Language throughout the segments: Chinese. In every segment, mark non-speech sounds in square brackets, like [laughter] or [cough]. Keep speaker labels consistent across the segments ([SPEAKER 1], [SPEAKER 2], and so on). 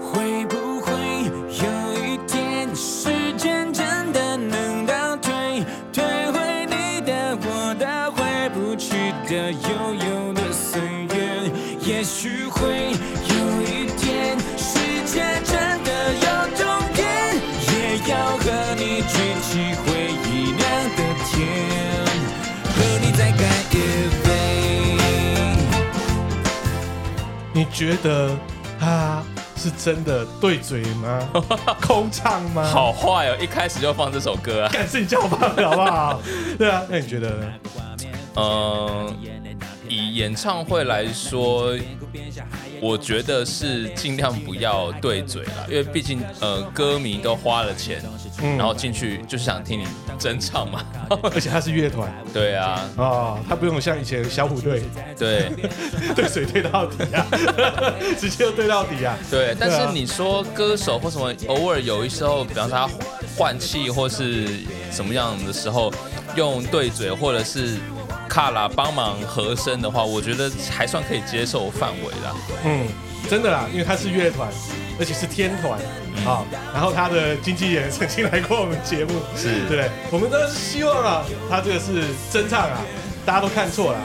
[SPEAKER 1] 会不会有一天，时间真的能倒退，退回你的、我的、回不去的悠悠的岁月？也许会有一天，世界真的有终点，也要和你举起回忆酿的甜，和你再干一杯。
[SPEAKER 2] 你觉得他是真的对嘴 [laughs] 吗？空唱吗？，
[SPEAKER 3] [laughs] 好坏哦，一开始就放这首歌啊。
[SPEAKER 2] 干是你叫我放的好不 [laughs] 好？对啊，那你觉得呢？
[SPEAKER 3] 嗯，以演唱会来说，我觉得是尽量不要对嘴啦，因为毕竟呃，歌迷都花了钱，
[SPEAKER 2] 嗯
[SPEAKER 3] 然后进去就是想听你真唱嘛。 [laughs]
[SPEAKER 2] 而且他是乐团
[SPEAKER 3] 对啊，
[SPEAKER 2] 哦，他不用像以前小虎队
[SPEAKER 3] 对
[SPEAKER 2] 对水对到底啊， [laughs] 直接就对到底啊。
[SPEAKER 3] 对，但
[SPEAKER 2] 对啊
[SPEAKER 3] 是你说歌手或什么，偶尔有一时候，比方说他换气或是什么样的时候，用对嘴或者是卡拉帮忙和声的话，我觉得还算可以接受范围啦。
[SPEAKER 2] 嗯，真的啦，因为他是乐团，而且是天团啊、然后他的经纪人曾经来过我们节目，
[SPEAKER 3] 是
[SPEAKER 2] 对不对，我们都是希望啊，他这个是真唱啊，大家都看错了。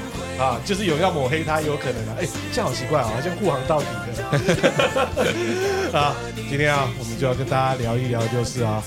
[SPEAKER 2] 啊，就是有人要抹黑他，有可能啊，哎、这样好奇怪啊，好像护航到底的。啊，今天啊，我们就要跟大家聊一聊，就是啊，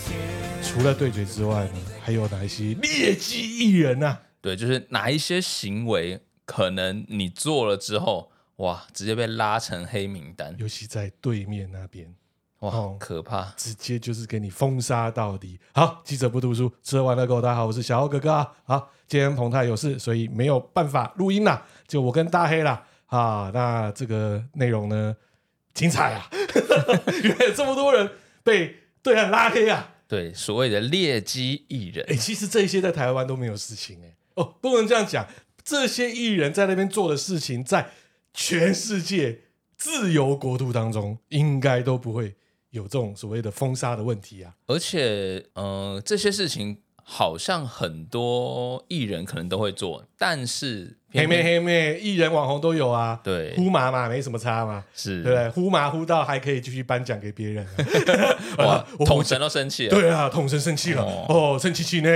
[SPEAKER 2] 除了对决之外呢，还有哪一些劣迹艺人呐、啊？
[SPEAKER 3] 对，就是哪一些行为可能你做了之后，哇，直接被拉成黑名单，
[SPEAKER 2] 尤其在对面那边，
[SPEAKER 3] 哇，
[SPEAKER 2] 哦
[SPEAKER 3] 可怕。
[SPEAKER 2] 直接就是给你封杀到底。好，记者不读书，吃喝玩乐够。大家好，我是小欧哥哥啊。好，今天彭泰有事，所以没有办法录音啦，就我跟大黑啦。啊，那这个内容呢，精彩啊！ [laughs] 原来有这么多人被对岸拉黑啊！
[SPEAKER 3] 对，所谓的劣迹艺人
[SPEAKER 2] 哎、，其实这些在台湾都没有事情哎、哦，不能这样讲，这些艺人在那边做的事情，在全世界自由国度当中，应该都不会有这种所谓的封杀的问题啊。
[SPEAKER 3] 而且，呃，这些事情好像很多艺人可能都会做，但是
[SPEAKER 2] 黑
[SPEAKER 3] 偏
[SPEAKER 2] 妹
[SPEAKER 3] 偏
[SPEAKER 2] 黑妹，艺人网红都有啊。
[SPEAKER 3] 对
[SPEAKER 2] 呼麻嘛，没什么差嘛，
[SPEAKER 3] 是
[SPEAKER 2] 对不对？呼麻呼到还可以继续颁奖给别人、啊，
[SPEAKER 3] 哇，
[SPEAKER 2] 我
[SPEAKER 3] 统神都生气了。
[SPEAKER 2] 对啊，统神生气了，哦，生气气呢。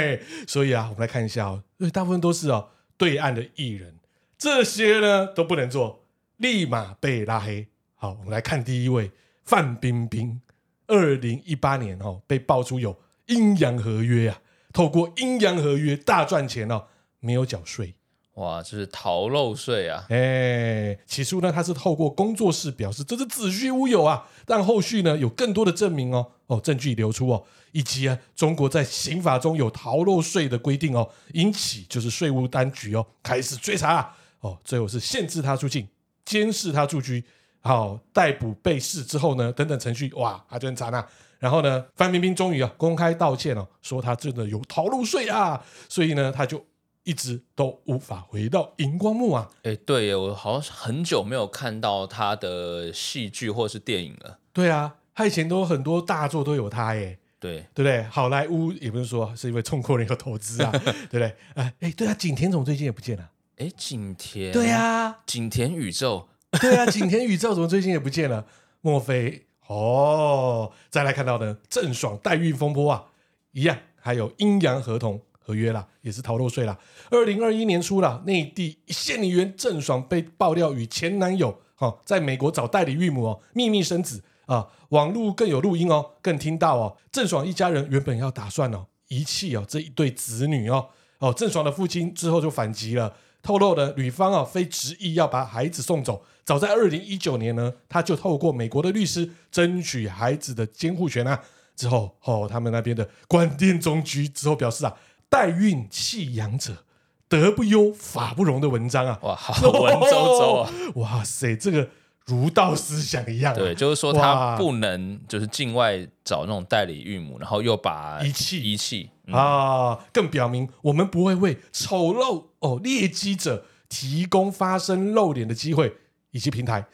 [SPEAKER 2] 所以啊，我们来看一下哦，对，大部分都是哦，对岸的艺人，这些呢都不能做，立马被拉黑。好，我们来看第一位范冰冰，二零一八年哦被爆出有阴阳合约啊，透过阴阳合约大赚钱哦，没有缴税。
[SPEAKER 3] 哇，就是逃漏税啊！
[SPEAKER 2] 哎，起初呢，他是透过工作室表示这是子虚乌有啊，但后续呢有更多的证明哦，哦，证据流出哦，以及啊，中国在刑法中有逃漏税的规定哦，引起就是税务当局哦开始追查、啊、哦，最后是限制他出境，监视他住居，好、逮捕被试之后呢，等等程序，哇，他就很惨啊。然后呢，范冰冰终于啊公开道歉哦，说他真的有逃漏税啊，所以呢，他就一直都无法回到荧光幕啊。
[SPEAKER 3] 哎，对耶，我好像很久没有看到他的戏剧或是电影了。
[SPEAKER 2] 对啊，他以前都很多大作都有他耶，
[SPEAKER 3] 对，
[SPEAKER 2] 对不对？好莱坞也不是说是因为中国人有投资啊， [laughs] 对不对？哎哎，对啊，景甜总最近也不见了。
[SPEAKER 3] 哎，景甜，
[SPEAKER 2] 对，啊，
[SPEAKER 3] 景甜宇宙，
[SPEAKER 2] 对啊，景甜宇宙怎么最近也不见了？莫非哦？再来看到呢，郑爽代孕风波啊，一样，还有阴阳合同合约啦，也是逃漏税啦。二零二一年初啦，内地一线女员郑爽被爆料与前男友哦，在美国找代理孕母哦，秘密生子啊，网络更有录音哦，更听到哦，郑爽一家人原本要打算哦遗弃哦这一对子女哦哦，郑爽的父亲之后就反击了。透露呢，女方啊非执意要把孩子送走。早在二零一九年呢，他就透过美国的律师争取孩子的监护权啊。之后哦，他们那边的广电总局之后表示啊，代孕弃养者德不优法不容的 [laughs] 文章啊，
[SPEAKER 3] 哇，好文绉绉啊！
[SPEAKER 2] [laughs] 哇塞，这个儒道思想一样、啊，
[SPEAKER 3] 对，就是说
[SPEAKER 2] 哇
[SPEAKER 3] 他不能就是境外找那种代理孕母，然后又把
[SPEAKER 2] 遗弃
[SPEAKER 3] 遗弃。嗯
[SPEAKER 2] 啊，更表明我们不会为丑陋哦劣迹者提供发声露脸的机会以及平台。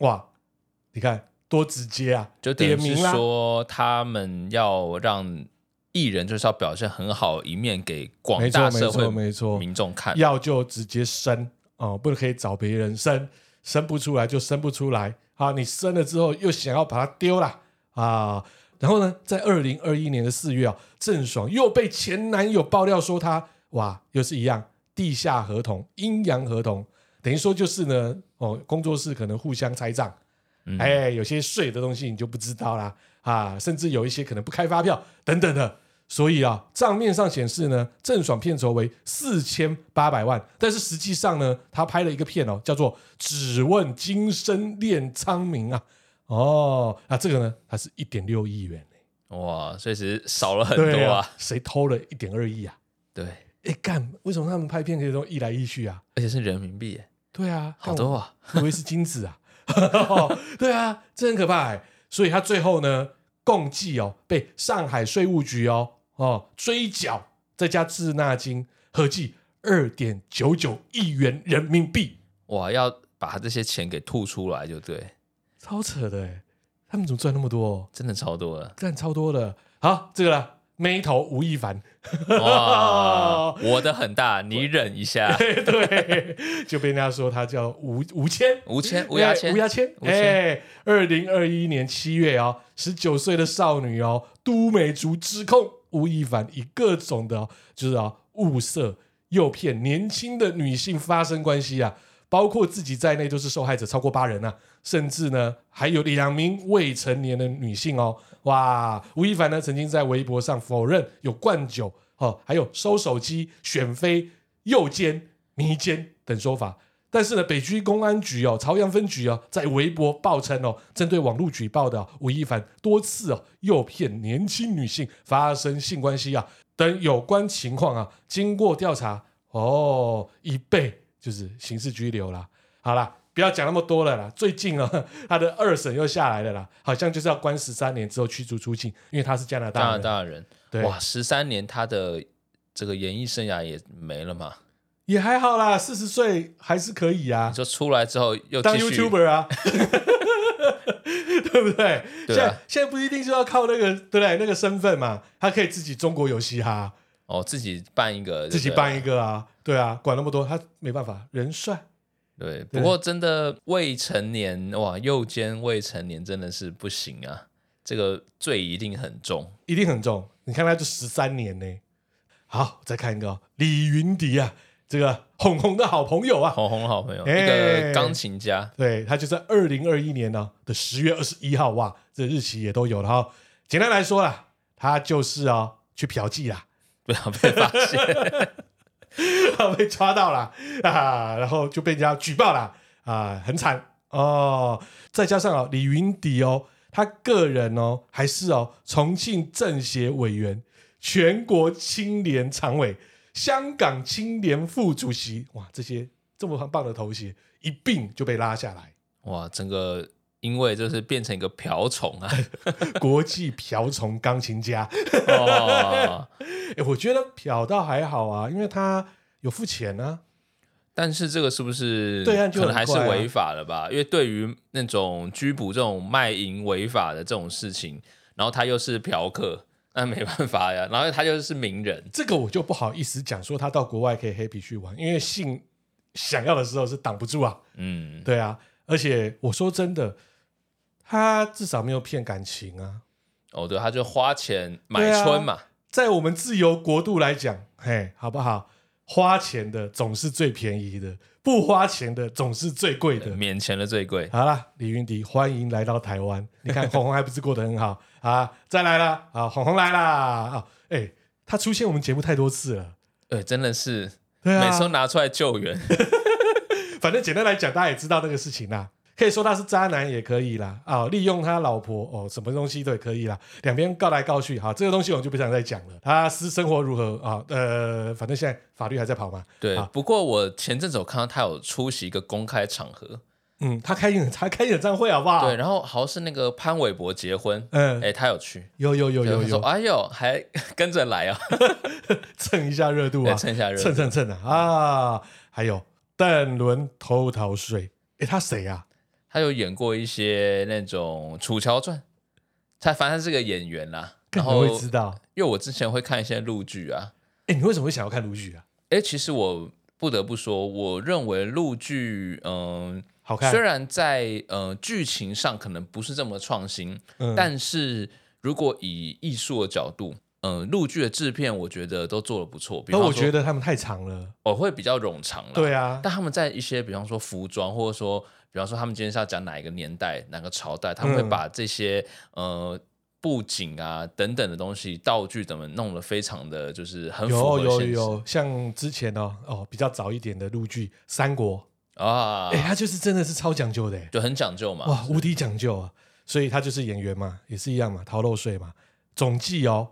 [SPEAKER 2] 哇，你看多直接啊，
[SPEAKER 3] 就等于
[SPEAKER 2] 点
[SPEAKER 3] 是
[SPEAKER 2] 名啦。
[SPEAKER 3] 说他们要让艺人就是要表现很好一面给广
[SPEAKER 2] 没错
[SPEAKER 3] 大
[SPEAKER 2] 没
[SPEAKER 3] 社会
[SPEAKER 2] 错没错
[SPEAKER 3] 民众看。
[SPEAKER 2] 要就直接生哦，不可以找别人生，生不出来就生不出来啊，你生了之后又想要把它丢了啊。然后呢，在二零二一年的四月啊，郑爽又被前男友爆料说她哇，又是一样地下合同、阴阳合同，等于说就是呢，哦，工作室可能互相拆账，
[SPEAKER 3] 嗯
[SPEAKER 2] 哎，有些税的东西你就不知道啦啊，甚至有一些可能不开发票等等的。所以啊，账面上显示呢，郑爽片酬为四千八百万，但是实际上呢，她拍了一个片哦，叫做《只问今生恋苍冥》啊，哦，那这个呢，它是一点六亿元、
[SPEAKER 3] 哇，所以其实少了很
[SPEAKER 2] 对
[SPEAKER 3] 多
[SPEAKER 2] 啊
[SPEAKER 3] 啊，，
[SPEAKER 2] 谁偷了一点二亿啊？
[SPEAKER 3] 对，
[SPEAKER 2] 哎，干，为什么他们拍片可以都一来一去啊？
[SPEAKER 3] 而且是人民币耶，
[SPEAKER 2] 对啊，
[SPEAKER 3] 好
[SPEAKER 2] 干我
[SPEAKER 3] 多啊，
[SPEAKER 2] 以为是金子啊。 [laughs] 对啊，这很可怕、欸。所以他最后呢，共计哦，被上海税务局哦哦追缴，再加滞纳金，合计二点九九亿元人民币，
[SPEAKER 3] 哇，要把这些钱给吐出来就对，
[SPEAKER 2] 超扯的、欸。他们怎么赚那么多？，
[SPEAKER 3] 真的超多
[SPEAKER 2] [laughs]
[SPEAKER 3] 了
[SPEAKER 2] 赚超多的。好，这个啦，眉头吴亦凡，
[SPEAKER 3] 哇，我的很大，你忍一下，
[SPEAKER 2] 对，就被人家说他叫吴吴谦。
[SPEAKER 3] 吴谦吴牙
[SPEAKER 2] 哎
[SPEAKER 3] 签
[SPEAKER 2] 吴，牙签，
[SPEAKER 3] 吴谦
[SPEAKER 2] 哎，二零二一年七月哦，十九岁的少女哦，都美竹指控吴亦凡以各种的、哦、就是啊、物色、诱骗年轻的女性发生关系啊，包括自己在内都是受害者，超过八人啊，甚至呢还有两名未成年的女性哦，哇，吴亦凡呢曾经在微博上否认有灌酒哦，还有收手机、选妃、诱奸、迷奸等说法。但是呢，北区公安局哦，朝阳分局哦，在微博报称哦，针对网络举报的哦吴亦凡多次哦诱骗年轻女性发生性关系啊等有关情况啊，经过调查哦，已被就是刑事拘留啦。好啦，不要讲那么多了啦。最近啊， [laughs] 他的二审又下来了啦，好像就是要关十三年之后驱逐出境，因为他是加拿
[SPEAKER 3] 加
[SPEAKER 2] 大
[SPEAKER 3] 拿
[SPEAKER 2] 人。
[SPEAKER 3] 大人，
[SPEAKER 2] 对
[SPEAKER 3] 哇，十三年他的这个演艺生涯也没了嘛，
[SPEAKER 2] 也还好啦，四十岁还是可以啊
[SPEAKER 3] 你。说出来之后又
[SPEAKER 2] 当
[SPEAKER 3] 继续
[SPEAKER 2] YouTuber 啊， [laughs] 对不对？现
[SPEAKER 3] 对啊
[SPEAKER 2] 在现在不一定就要靠那个对不对那个身份嘛，他可以自己中国有嘻哈，
[SPEAKER 3] 哦，自己办一个，
[SPEAKER 2] 自己
[SPEAKER 3] 对
[SPEAKER 2] 办一个啊，对啊，管那么多他没办法，人帅。
[SPEAKER 3] 对，不过真的未成年哇，诱奸未成年真的是不行啊，这个罪一定很重。
[SPEAKER 2] 一定很重。你看，他就十三年呢。好，再看一个、哦、李云迪啊，这个红红的好朋友啊，
[SPEAKER 3] 红红好朋友，
[SPEAKER 2] 哎
[SPEAKER 3] 一个钢琴家， [laughs]
[SPEAKER 2] 对他就在二零二一年呢、的十月二十一号，哇，这日期也都有了哈、哦简单来说啦，他就是哦去嫖妓啦，
[SPEAKER 3] 不要被发现。
[SPEAKER 2] 被抓到了 [laughs] 啊，然后就被人家举报了啊，很惨哦。再加上哦，李云迪哦，他个人哦还是哦重庆政协委员、全国青联常委、香港青联副主席，哇，这些这么棒的头衔一并就被拉下来。 [laughs]
[SPEAKER 3] 哇，整个因为就是变成一个瓢虫
[SPEAKER 2] [laughs]
[SPEAKER 3] 啊！ [laughs]
[SPEAKER 2] 国际瓢虫钢琴家，
[SPEAKER 3] 哦，
[SPEAKER 2] 哎，我觉得嫖倒还好啊，因为他有付钱啊。
[SPEAKER 3] 但是这个是不是
[SPEAKER 2] 对岸就
[SPEAKER 3] 可能还是
[SPEAKER 2] 很怪啊
[SPEAKER 3] 违法了吧？因为对于那种拘捕这种卖淫违法的这种事情，然后他又是嫖客，那没办法呀。 [laughs] 然后他又是名人，
[SPEAKER 2] 这个我就不好意思讲说他到国外可以黑皮去玩，因为性想要的时候是挡不住啊，
[SPEAKER 3] 嗯，
[SPEAKER 2] 对啊，而且我说真的，他至少没有骗感情啊。
[SPEAKER 3] 哦，对，他就花钱买
[SPEAKER 2] 对啊
[SPEAKER 3] 春嘛，
[SPEAKER 2] 在我们自由国度来讲，嘿，好不好？花钱的总是最便宜的，不花钱的总是最贵的。
[SPEAKER 3] 免钱的最贵。
[SPEAKER 2] 好啦，李云迪，欢迎来到台湾。你看红红还不是过得很好啊？再来啦，啊，红红来啦啊！哎、他出现我们节目太多次了，
[SPEAKER 3] 对，呃真的是、
[SPEAKER 2] 对啊，
[SPEAKER 3] 每次都拿出来
[SPEAKER 2] [laughs]
[SPEAKER 3] 救援。
[SPEAKER 2] 反正简单来讲，大家也知道那个事情啦。可以说他是渣男也可以啦，啊、利用他老婆哦，什么东西都也可以啦，两边告来告去，好，这个东西我们就不想再讲了。他私生活如何啊、呃，反正现在法律还在跑嘛。
[SPEAKER 3] 对
[SPEAKER 2] 好，
[SPEAKER 3] 不过我前阵子有看到他有出席一个公开场合，
[SPEAKER 2] 嗯，他开演他开演唱会好不好？
[SPEAKER 3] 对，，然后好像是那个潘玮柏结婚，
[SPEAKER 2] 啊嗯
[SPEAKER 3] 哎、他有去，
[SPEAKER 2] 有有有
[SPEAKER 3] 对
[SPEAKER 2] 有
[SPEAKER 3] 他说
[SPEAKER 2] 有，
[SPEAKER 3] 哎呦，还 [laughs] 跟着来啊，
[SPEAKER 2] 蹭一下热度啊
[SPEAKER 3] 对，，哎蹭一下热
[SPEAKER 2] 蹭
[SPEAKER 3] 度。
[SPEAKER 2] 蹭蹭啊啊！还有邓伦偷逃税，诶，他谁啊？
[SPEAKER 3] 他有演过一些那种《楚乔传》，他反正他是个演
[SPEAKER 2] [laughs]
[SPEAKER 3] 员啦。
[SPEAKER 2] 更
[SPEAKER 3] 然后
[SPEAKER 2] 会知道。哎
[SPEAKER 3] 因为我之前会看一些陆剧啊，
[SPEAKER 2] 诶，你为什么会想要看卢许啊？
[SPEAKER 3] 哎，其实我不得不说，我认为陆剧，嗯、
[SPEAKER 2] 好看
[SPEAKER 3] 虽然在呃剧情上可能不是这么创新，
[SPEAKER 2] 嗯
[SPEAKER 3] 但是如果以艺术的角度，嗯、陆剧的制片我觉得都做的不错。比
[SPEAKER 2] 那
[SPEAKER 3] 方
[SPEAKER 2] 我
[SPEAKER 3] 说
[SPEAKER 2] 觉得他们太长了。
[SPEAKER 3] 我会比较冗长了，
[SPEAKER 2] 对啊，
[SPEAKER 3] 但他们在一些，比方说服装，或者说，比方说他们今天是要讲哪一个年代、哪个朝代，他们会
[SPEAKER 2] 嗯
[SPEAKER 3] 把这些、呃布景啊等等的东西、道具等等弄得非常的就是很符
[SPEAKER 2] 有
[SPEAKER 3] 合
[SPEAKER 2] 有
[SPEAKER 3] 现实
[SPEAKER 2] 有，像之前哦哦比较早一点的陆剧《三国》
[SPEAKER 3] 啊，
[SPEAKER 2] 哎，他就是真的是超讲究的，哎
[SPEAKER 3] 就很讲究嘛。
[SPEAKER 2] 哇，无敌讲究啊！所以他就是演员嘛，也是一样嘛，逃漏税嘛，总计哦，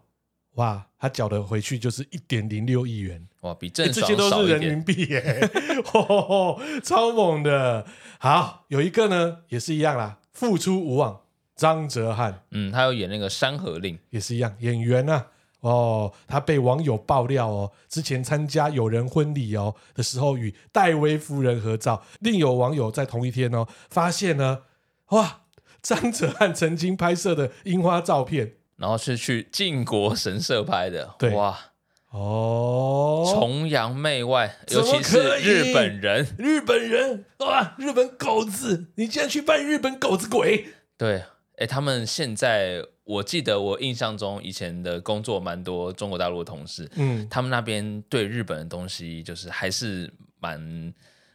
[SPEAKER 2] 哇，他缴的回去就是一点零六亿元。
[SPEAKER 3] 哇，比
[SPEAKER 2] 欸
[SPEAKER 3] 郑
[SPEAKER 2] 这
[SPEAKER 3] 爽
[SPEAKER 2] 些都
[SPEAKER 3] 少
[SPEAKER 2] 是
[SPEAKER 3] 一
[SPEAKER 2] 人
[SPEAKER 3] 点
[SPEAKER 2] 民币耶、 [laughs] 吼吼吼，超猛的。好，有一个呢也是一样啦，付出无望，张哲瀚
[SPEAKER 3] 嗯，他有演那个《山河令》
[SPEAKER 2] 也是一样，演员啊。哦，他被网友爆料哦，之前参加友人婚礼哦的时候与戴维夫人合照，另有网友在同一天哦发现呢，哇，张哲瀚曾经拍摄的樱花照片
[SPEAKER 3] 然后是去晋国神社拍的，
[SPEAKER 2] 对
[SPEAKER 3] 哇，
[SPEAKER 2] 哦，
[SPEAKER 3] 崇洋媚外，
[SPEAKER 2] 怎
[SPEAKER 3] 尤
[SPEAKER 2] 么
[SPEAKER 3] 其是
[SPEAKER 2] 可以
[SPEAKER 3] 日本人，
[SPEAKER 2] 日本人哇，日本狗子，你竟然去扮日本狗子鬼！
[SPEAKER 3] 对，哎，他们现在我记得我印象中以前的工作蛮多中国大陆的同事，
[SPEAKER 2] 嗯，
[SPEAKER 3] 他们那边对日本的东西就是还是蛮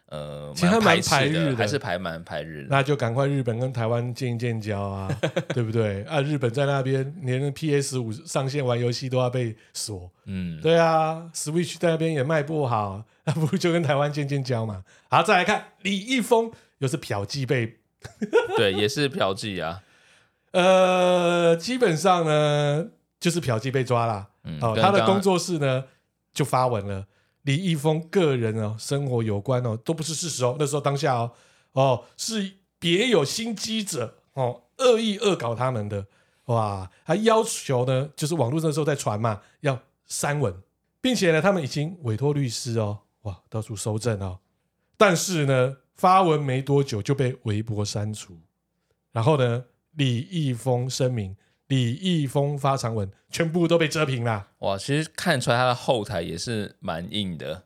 [SPEAKER 3] 呃，
[SPEAKER 2] 其实还蛮
[SPEAKER 3] 排斥
[SPEAKER 2] 排日的
[SPEAKER 3] 还是排蛮排日的。
[SPEAKER 2] 那就赶快日本跟台湾建一建交啊，对不对？啊，日本在那边连 PS 五上线玩游戏都要被锁，
[SPEAKER 3] 嗯，
[SPEAKER 2] 对啊，Switch 在那边也卖不好， [laughs] 那不如就跟台湾建建交嘛。好，再来看李易峰，又是嫖妓被
[SPEAKER 3] 对，也是嫖妓啊，
[SPEAKER 2] 呃，基本上呢就是嫖妓被抓啦。
[SPEAKER 3] 嗯
[SPEAKER 2] 哦，
[SPEAKER 3] 跟
[SPEAKER 2] 他的
[SPEAKER 3] 刚刚
[SPEAKER 2] 工作室呢就发文了，李易峰个人哦生活有关哦都不是事实哦，那时候当下哦哦是别有心机者哦恶意恶搞他们的哇，他要求呢就是网络那时候在传嘛要删文，并且呢他们已经委托律师哦哇到处搜证哦，但是呢发文没多久就被微博删除，然后呢李易峰声明。李易峰发长文，全部都被遮屏啦。
[SPEAKER 3] 哇，其实看出来他的后台也是蛮硬的。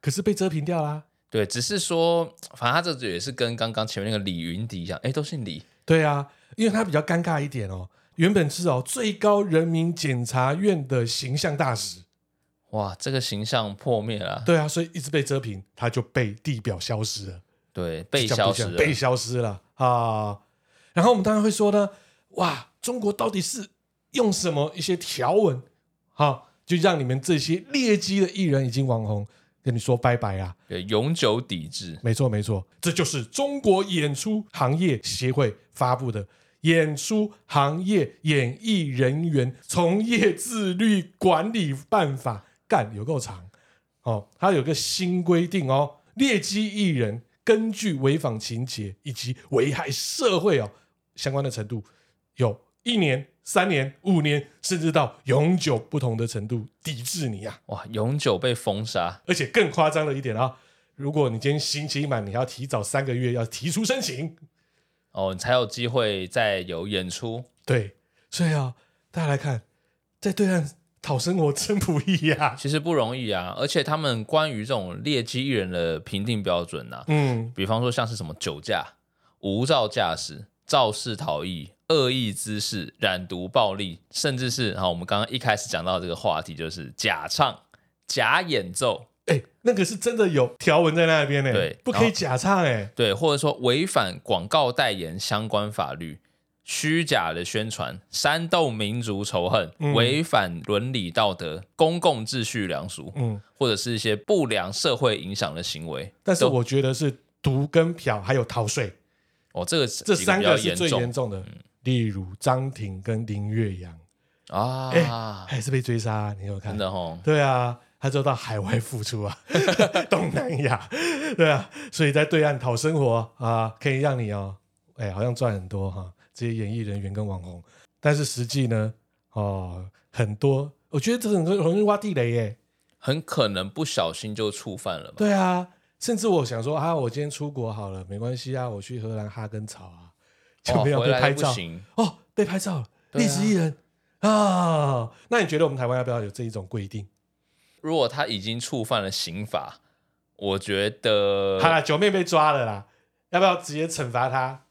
[SPEAKER 2] 可是被遮屏掉啦、
[SPEAKER 3] 对，只是说，反正他这也是跟刚刚前面那个李云迪一样，哎，都姓李，
[SPEAKER 2] 对啊，因为他比较尴尬一点哦。原本是哦最高人民检察院的形象大使，
[SPEAKER 3] 哇，这个形象破灭了，
[SPEAKER 2] 对啊，所以一直被遮屏，他就被地表消失了，
[SPEAKER 3] 对，被
[SPEAKER 2] 就这样
[SPEAKER 3] 消
[SPEAKER 2] 不
[SPEAKER 3] 失
[SPEAKER 2] 讲
[SPEAKER 3] 了，
[SPEAKER 2] 被消失了啊。然后我们当然会说呢，哇，中国到底是用什么一些条文，哈、就让你们这些劣迹的艺人已经网红跟你说拜拜啊？
[SPEAKER 3] 对，永久抵制。
[SPEAKER 2] 没错，没错，这就是中国演出行业协会发布的《演出行业演艺人员从业自律管理办法》，干有够长哦。它有个新规定哦，劣迹艺人根据违反情节以及危害社会哦相关的程度，有一年、三年、五年，甚至到永久不同的程度抵制你啊。
[SPEAKER 3] 哇，永久被封杀，
[SPEAKER 2] 而且更夸张的一点啊，如果你今天刑期满，你要提早三个月要提出申请。
[SPEAKER 3] 哦，你才有机会再有演出。
[SPEAKER 2] 对，所以啊，大家来看，在对岸讨生活真不易呀、
[SPEAKER 3] [laughs] 其实不容易啊，而且他们关于这种劣迹艺人的评定标准啊，
[SPEAKER 2] 嗯，
[SPEAKER 3] 比方说像是什么酒驾、无照驾驶、肇事逃逸、恶意滋事、染毒暴力，甚至是啊，我们刚刚一开始讲到这个话题，就是假唱、假演奏，
[SPEAKER 2] 哎、那个是真的有条文在那边呢、
[SPEAKER 3] 对
[SPEAKER 2] 不可以假唱哎、
[SPEAKER 3] 对，或者说违反广告代言相关法律。虚假的宣传、煽动民族仇恨、违反伦理道德、公共秩序良俗，
[SPEAKER 2] 嗯，
[SPEAKER 3] 或者是一些不良社会影响的行为。
[SPEAKER 2] 但是我觉得是毒跟嫖还有逃税
[SPEAKER 3] 哦，这个
[SPEAKER 2] 这
[SPEAKER 3] 这
[SPEAKER 2] 三
[SPEAKER 3] 个
[SPEAKER 2] 个
[SPEAKER 3] 比较
[SPEAKER 2] 是
[SPEAKER 3] 严
[SPEAKER 2] 最
[SPEAKER 3] 重嗯
[SPEAKER 2] 严重的，例如张庭跟林月阳，哎
[SPEAKER 3] 啊，
[SPEAKER 2] 还是被追杀，你有看？
[SPEAKER 3] 真的哦，
[SPEAKER 2] 对啊，他就到海外付出啊， [laughs] 东南亚，对啊，所以在对岸讨生活啊，可以让你哦，哎，好像赚很多哈、这些演艺人员跟网红，但是实际呢，哦，很多，我觉得这很容易挖地雷耶。
[SPEAKER 3] 很可能不小心就触犯了嘛。
[SPEAKER 2] 对啊，甚至我想说啊，我今天出国好了，没关系啊，我去荷兰哈根草啊， [laughs] 就
[SPEAKER 3] 哦，
[SPEAKER 2] 没有
[SPEAKER 3] 回
[SPEAKER 2] 被
[SPEAKER 3] 来
[SPEAKER 2] 拍
[SPEAKER 3] 就不
[SPEAKER 2] 照
[SPEAKER 3] 行。
[SPEAKER 2] 哦，被拍照了，
[SPEAKER 3] 对啊
[SPEAKER 2] 历史艺人啊，那你觉得我们台湾要不要有这一种规定？
[SPEAKER 3] 如果他已经触犯了刑法，我觉得
[SPEAKER 2] 好啦，九妹被抓了啦，要不要直接惩罚她？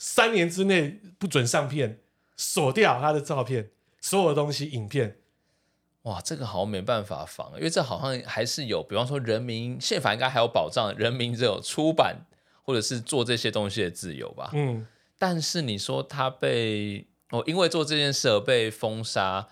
[SPEAKER 2] 三年之内不准上片，锁掉她的照片，所有的东西、影片。
[SPEAKER 3] 哇，这个好像没办法防，因为这好像还是有，比方说人民宪法应该还有保障人民这种出版或者是做这些东西的自由吧。
[SPEAKER 2] 嗯，
[SPEAKER 3] 但是你说他被哦，因为做这件事而被封杀，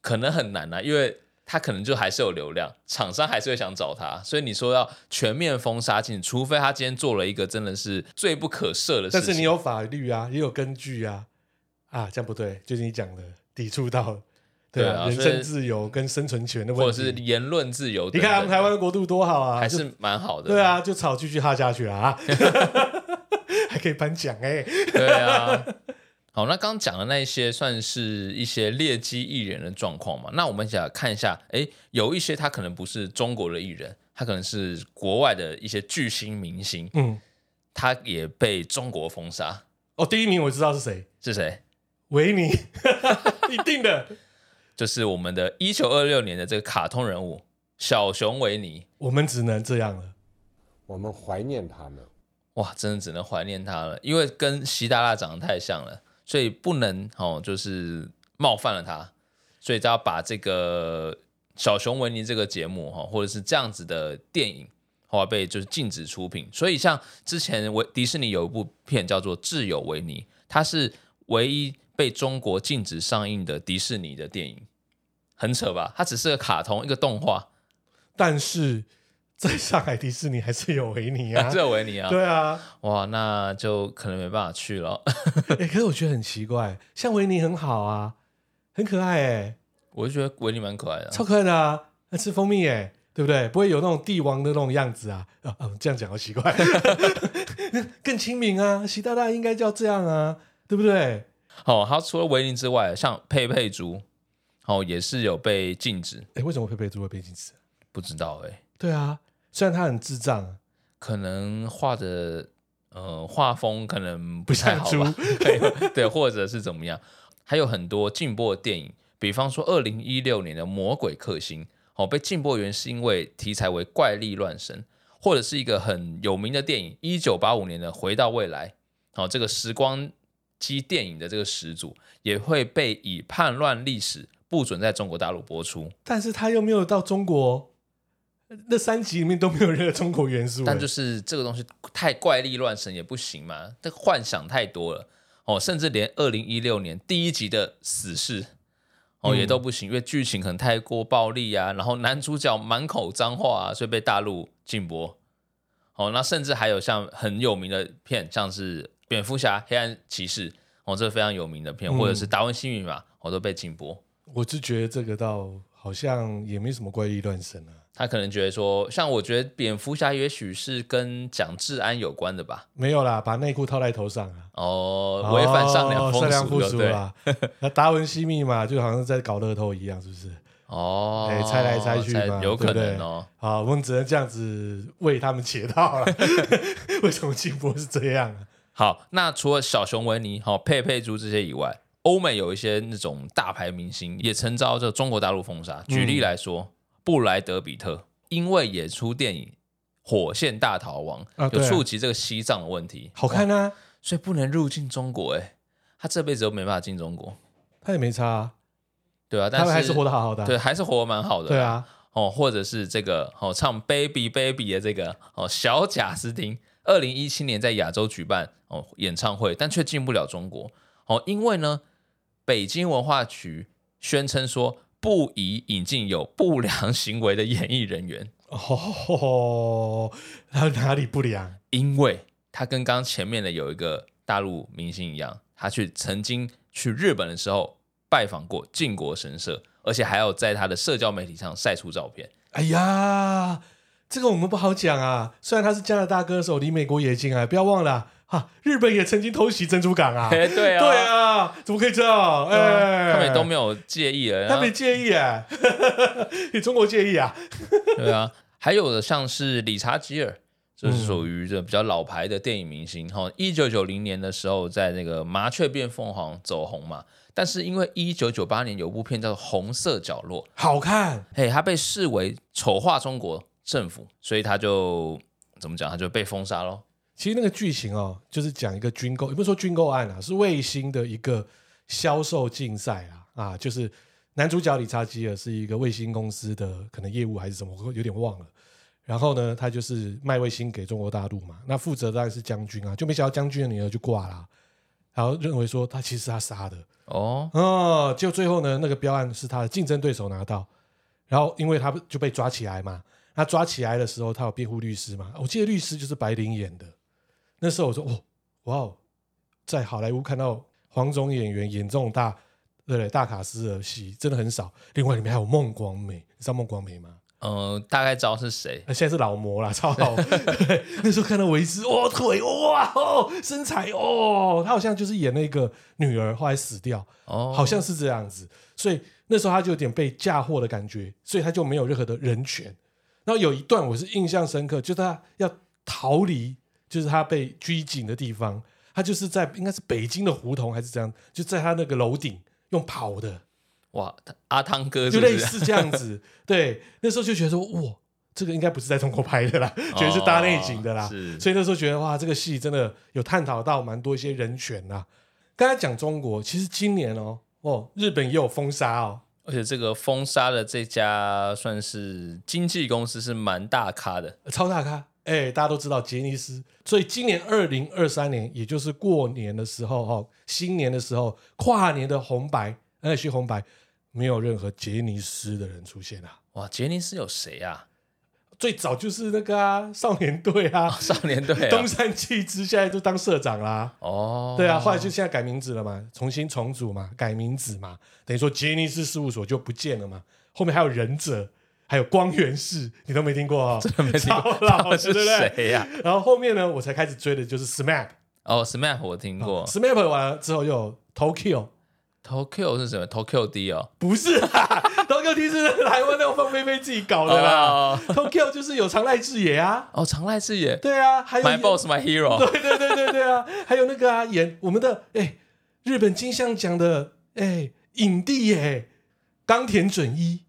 [SPEAKER 3] 可能很难啊，因为他可能就还是有流量，厂商还是会想找他，所以你说要全面封杀进，除非他今天做了一个真的是罪不可赦的事情。
[SPEAKER 2] 但是你有法律啊，也有根据啊。啊，这样不对，就是你讲的抵触到了，对
[SPEAKER 3] 对啊
[SPEAKER 2] 人
[SPEAKER 3] 所以
[SPEAKER 2] 身自由跟生存权的
[SPEAKER 3] 或
[SPEAKER 2] 问
[SPEAKER 3] 者
[SPEAKER 2] 题。
[SPEAKER 3] 是言论自由等
[SPEAKER 2] 你
[SPEAKER 3] 等，
[SPEAKER 2] 看他们台湾的国度多好啊，
[SPEAKER 3] 还
[SPEAKER 2] 就是
[SPEAKER 3] 蛮好的。
[SPEAKER 2] 对，啊，就吵继续哈下去啊， [laughs] 啊还可以颁奖哎。
[SPEAKER 3] 对啊。好，那刚刚讲的那一些算是一些劣迹艺人的状况嘛？那我们想看一下，哎，有一些他可能不是中国的艺人，他可能是国外的一些巨星明星，
[SPEAKER 2] 嗯，
[SPEAKER 3] 他也被中国封杀，
[SPEAKER 2] 哦，第一名我知道是谁，
[SPEAKER 3] 是谁？
[SPEAKER 2] 维尼， [laughs] 一定的。
[SPEAKER 3] 就是我们的一九二六年的这个卡通人物小熊维尼。
[SPEAKER 2] 我们只能这样了。
[SPEAKER 4] 我们怀念他们。
[SPEAKER 3] 哇，真的只能怀念他了，因为跟习大大长得太像了，所以不能哦，就是冒犯了他，所以他要把这个小熊维尼这个节目哈、哦，或者是这样子的电影，后来被就是禁止出品。所以像之前维迪士尼有一部片叫做《挚友维尼》，它是唯一被中国禁止上映的迪士尼的电影，很扯吧？它只是个卡通，一个动画，
[SPEAKER 2] 但是在上海迪士尼还是有维
[SPEAKER 3] [laughs]
[SPEAKER 2] 尼啊
[SPEAKER 3] 挚，友维尼啊，
[SPEAKER 2] 对啊。
[SPEAKER 3] 哇，那就可能没办法去了。
[SPEAKER 2] 哎、可是我觉得很奇怪，像维尼很好啊，很可爱哎、
[SPEAKER 3] 我就觉得维尼蛮可爱的
[SPEAKER 1] 嗯
[SPEAKER 3] 啊、
[SPEAKER 2] 超可爱的啊，那吃蜂蜜哎、对不对？不会有那种帝王的那种样子啊！啊，啊这样讲好奇怪， [laughs] 更亲民啊！习大大应该就要这样啊，对不对？
[SPEAKER 3] 哦，他除了维尼之外，像佩佩猪，哦也是有被禁止，
[SPEAKER 2] 哎，为什么佩佩猪会变金丝？
[SPEAKER 3] 不知道哎、
[SPEAKER 2] 对啊，虽然他很智障啊，
[SPEAKER 3] 可能画的呃画风可能
[SPEAKER 2] 不
[SPEAKER 3] 不太
[SPEAKER 2] 像
[SPEAKER 3] 好
[SPEAKER 2] 猪
[SPEAKER 3] 吧， [laughs] 对对，或者是怎么样，还有很多禁播的电影，比方说二零一六年的《魔鬼克星》，哦被禁播原因是因为题材为怪力乱神，或者是一个很有名的电影，一九八五年的《回到未来》，哦这个时光机电影的这个始祖，也会被以叛乱历史不准在中国大陆播出。
[SPEAKER 2] 但是他又没有到中国，那三集里面都没有任何中国元素、欸
[SPEAKER 3] 但就是是这个东西太怪力乱神也不行嘛，这个幻想太多了哦，甚至连二零一六年第一集的死侍哦
[SPEAKER 2] 嗯
[SPEAKER 3] 也都不行，因为剧情很太过暴力啊，然后男主角满口脏话啊，所以被大陆禁播。哦，那甚至还有像很有名的片，像是蝙蝠侠、黑暗骑士哦，这非常有名的片，
[SPEAKER 2] 嗯
[SPEAKER 3] 或者是达文西密码，我、哦、都被禁播。
[SPEAKER 2] 我是觉得这个倒好像也没什么怪力乱神啊，
[SPEAKER 3] 他可能觉得说，像我觉得蝙蝠侠也许是跟讲治安有关的吧，
[SPEAKER 2] 没有啦，把内裤套在头上啊，
[SPEAKER 3] 哦，违反上梁
[SPEAKER 2] 哦
[SPEAKER 3] 风
[SPEAKER 2] 善良
[SPEAKER 3] 俗，
[SPEAKER 2] 风
[SPEAKER 3] 对不
[SPEAKER 2] 俗
[SPEAKER 3] 对？
[SPEAKER 2] 啊。 [laughs] 那达文西密码就好像在搞乐透一样，是不是？
[SPEAKER 3] 哦，
[SPEAKER 2] 哎猜来猜去嘛
[SPEAKER 3] 有可
[SPEAKER 2] 对不对
[SPEAKER 3] 能哦。
[SPEAKER 2] 好，我们只能这样子为他们解套了。 [laughs] 为什么金波是这样啊？
[SPEAKER 3] 好，那除了小熊维尼、好、佩佩猪这些以外，欧美有一些那种大牌明星也曾遭这中国大陆封杀。举例来
[SPEAKER 2] 嗯
[SPEAKER 3] 说，布莱德比特因为演出电影《火线大逃亡》
[SPEAKER 2] 啊对
[SPEAKER 3] 有
[SPEAKER 2] 啊
[SPEAKER 3] 触及这个西藏的问题，
[SPEAKER 2] 好看啊，
[SPEAKER 3] 所以不能入境中国。哎，他这辈子都没办法进中国，
[SPEAKER 2] 他也没差、啊，
[SPEAKER 3] 对吧、但
[SPEAKER 2] 他们还是活得好好的啊、
[SPEAKER 3] 对，还是活得蛮好的。
[SPEAKER 2] 对啊，
[SPEAKER 3] 哦，或者是这个哦唱 Baby Baby 的这个哦小贾斯汀，二零一七年在亚洲举办哦演唱会，但却进不了中国哦，因为呢，北京文化局宣称说不宜引进有不良行为的演艺人员，
[SPEAKER 2] 哦，他哪里不良？
[SPEAKER 3] 因为他跟刚刚前面的有一个大陆明星一样，他去曾经去日本的时候拜访过靖国神社，而且还有在他的社交媒体上晒出照片。
[SPEAKER 2] 哎呀，这个我们不好讲啊。虽然他是加拿大歌手，离美国也近啊，不要忘了啊哈，日本也曾经偷袭珍珠港啊。
[SPEAKER 3] 哎、对啊，
[SPEAKER 2] 对啊，怎么可以这样？哎、
[SPEAKER 3] [laughs] 他们也都没有啊介意了。然
[SPEAKER 2] 他
[SPEAKER 3] 后
[SPEAKER 2] 们也介意哎、 [laughs] 你中国介意啊？
[SPEAKER 3] 对啊，还有的像是理查吉尔，
[SPEAKER 2] 嗯
[SPEAKER 3] 就是属于这比较老牌的电影明星哈。一九九零年的时候，在那个《麻雀变凤凰》走红嘛，但是因为一九九八年有部片叫《做《红色角落》，
[SPEAKER 2] 好看，
[SPEAKER 3] 嘿，他被视为丑化中国政府，所以他就怎么讲，他就被封杀喽。
[SPEAKER 2] 其实那个剧情哦，就是讲一个军购，也不是说军购案啊，是卫星的一个销售竞赛啊啊，就是男主角理查基尔是一个卫星公司的可能业务还是什么，我有点忘了。然后呢，他就是卖卫星给中国大陆嘛，那负责当然是将军啊，就没想到将军的女儿就挂啦、然后认为说他其实是他杀的，
[SPEAKER 3] 哦，
[SPEAKER 2] 哦，就最后呢，那个标案是他的竞争对手拿到，然后因为他就被抓起来嘛，他抓起来的时候，他有辩护律师嘛，我记得律师就是白灵演的。那时候我说，哦，哇哦，在好莱坞看到黄种演员演这种大，对不对？大卡司的戏真的很少。另外里面还有孟广美，你知道孟广美吗？
[SPEAKER 3] 嗯，大概知道是谁。
[SPEAKER 2] 呃现在是老模啦，超好。对那时候看到维斯，哇、腿，哇、哦，身材，哦，他好像就是演那个女儿，后来死掉。
[SPEAKER 3] 哦，
[SPEAKER 2] 好像是这样子。所以那时候他就有点被嫁祸的感觉，所以他就没有任何的人权。然后有一段我是印象深刻，就是他要逃离，就是他被拘禁的地方，他就是在应该是北京的胡同还是怎样，就在他那个楼顶用跑的，
[SPEAKER 3] 哇，他阿汤哥
[SPEAKER 2] 就是
[SPEAKER 3] 不
[SPEAKER 2] 类
[SPEAKER 3] 是？
[SPEAKER 2] 似这样子。对，那时候就觉得说，哇，这个应该不是在中国拍的 [laughs] 啦，觉哦得是搭内景的啦。
[SPEAKER 3] 哦是
[SPEAKER 2] 所以那时候觉得哇，这个戏真的有探讨到蛮多一些人权啦。刚才讲中国，其实今年哦，哦，日本也有封杀哦，
[SPEAKER 3] 而且这个封杀的这家算是经纪公司是蛮大咖的，
[SPEAKER 2] 超大咖。哎、大家都知道杰尼斯，所以今年二零二三年，也就是过年的时候哦，新年的时候，跨年的红白 N H 红白，没有任何杰尼斯的人出现啊。
[SPEAKER 3] 哇，杰尼斯有谁啊？ [laughs]
[SPEAKER 2] 最早就是那个啊，少年队
[SPEAKER 3] [laughs]
[SPEAKER 2] 啊，
[SPEAKER 3] 少年队、啊
[SPEAKER 2] 东、山纪之现在就当社长啦。
[SPEAKER 3] 哦，
[SPEAKER 2] [laughs] 对啊，后来就现在改名字了嘛，重新重组嘛，改名字嘛，等于说杰尼斯事务所就不见了嘛。后面还有忍者，还有光源氏，你都没听过哦，
[SPEAKER 3] [laughs]
[SPEAKER 2] 真的没
[SPEAKER 3] 听过
[SPEAKER 2] 超老的
[SPEAKER 3] 是
[SPEAKER 2] 对不对？
[SPEAKER 3] 谁呀、
[SPEAKER 2] 然后后面呢，我才开始追的就是 SMAP。
[SPEAKER 3] 哦，SMAP 我听过、
[SPEAKER 2] SMAP 完了之后又有 Tokyo，
[SPEAKER 3] Tokyo 是什么？Tokyo D 哦，
[SPEAKER 2] 不是啦，Tokyo T 是台湾那种放飞飞自己搞的啦。
[SPEAKER 3] 哦
[SPEAKER 2] Tokyo 就是有长濑智也啊，
[SPEAKER 3] 哦，常濑智也
[SPEAKER 2] 对啊，还有
[SPEAKER 3] ，My Boss My
[SPEAKER 2] [laughs]
[SPEAKER 3] Hero，
[SPEAKER 2] 对对对对对啊，还有那个啊，演我们的哎、日本金像奖的哎、影帝耶、冈田准一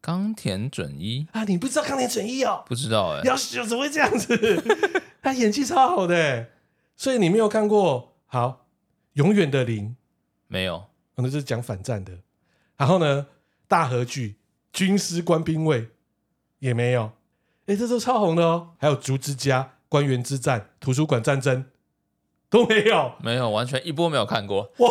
[SPEAKER 3] 冈田准一
[SPEAKER 2] 啊，你不知道冈田准一哦，
[SPEAKER 3] 不知道哎、
[SPEAKER 2] 要是怎么会这样子？ [laughs] 他演技超好的耶、所以你没有看过好永远的零。
[SPEAKER 3] 没有
[SPEAKER 2] 我们就是讲反战的。然后呢，大和剧、军师、官兵卫也没有。哎，这都超红的哦。还有竹之家、官员之战、图书馆战争都没有。
[SPEAKER 3] 没有，完全一波没有看过。
[SPEAKER 2] 哇，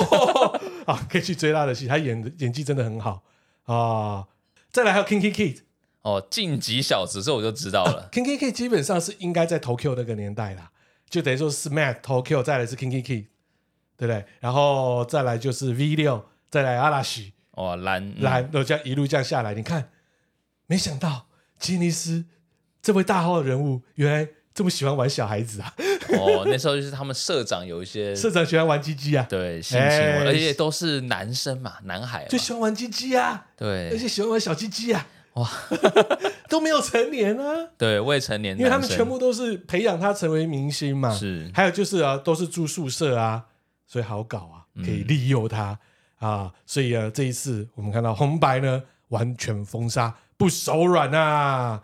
[SPEAKER 2] [laughs] 啊，可以去追他的戏，他演的演技真的很好啊。再来还有 Kinky Kid，Kinky
[SPEAKER 3] 哦，晋级小子，这我就知道了。
[SPEAKER 2] Kid 基本上是应该在 Tokyo 那个年代啦，就等于说是 Matt Tokyo，再来是 Kinky Kid，对不对？然后再来就是 V 六，再来阿拉西，
[SPEAKER 3] 哦，蓝嗯
[SPEAKER 2] 然后这样一路这样下来，你看，没想到吉尼斯这位大号人物，原来这么喜欢玩小孩子啊！
[SPEAKER 3] 哦，那时候就是他们社长有一些
[SPEAKER 2] 社长喜欢玩鸡鸡啊，
[SPEAKER 3] 对性行为，
[SPEAKER 2] 哎
[SPEAKER 3] 而且都是男生嘛，男孩嘛
[SPEAKER 2] 就喜欢玩鸡鸡啊，而
[SPEAKER 3] 对
[SPEAKER 2] 且喜欢玩小鸡鸡啊，哇， [laughs] 都没有成年啊，
[SPEAKER 3] 对未成年男生，
[SPEAKER 2] 因为他们全部都是培养他成为明星嘛。
[SPEAKER 3] 是
[SPEAKER 2] 还有就是啊，都是住宿舍啊，所以好搞啊，可以利诱他、啊。所以啊，这一次我们看到红白呢完全封杀，不手软啊。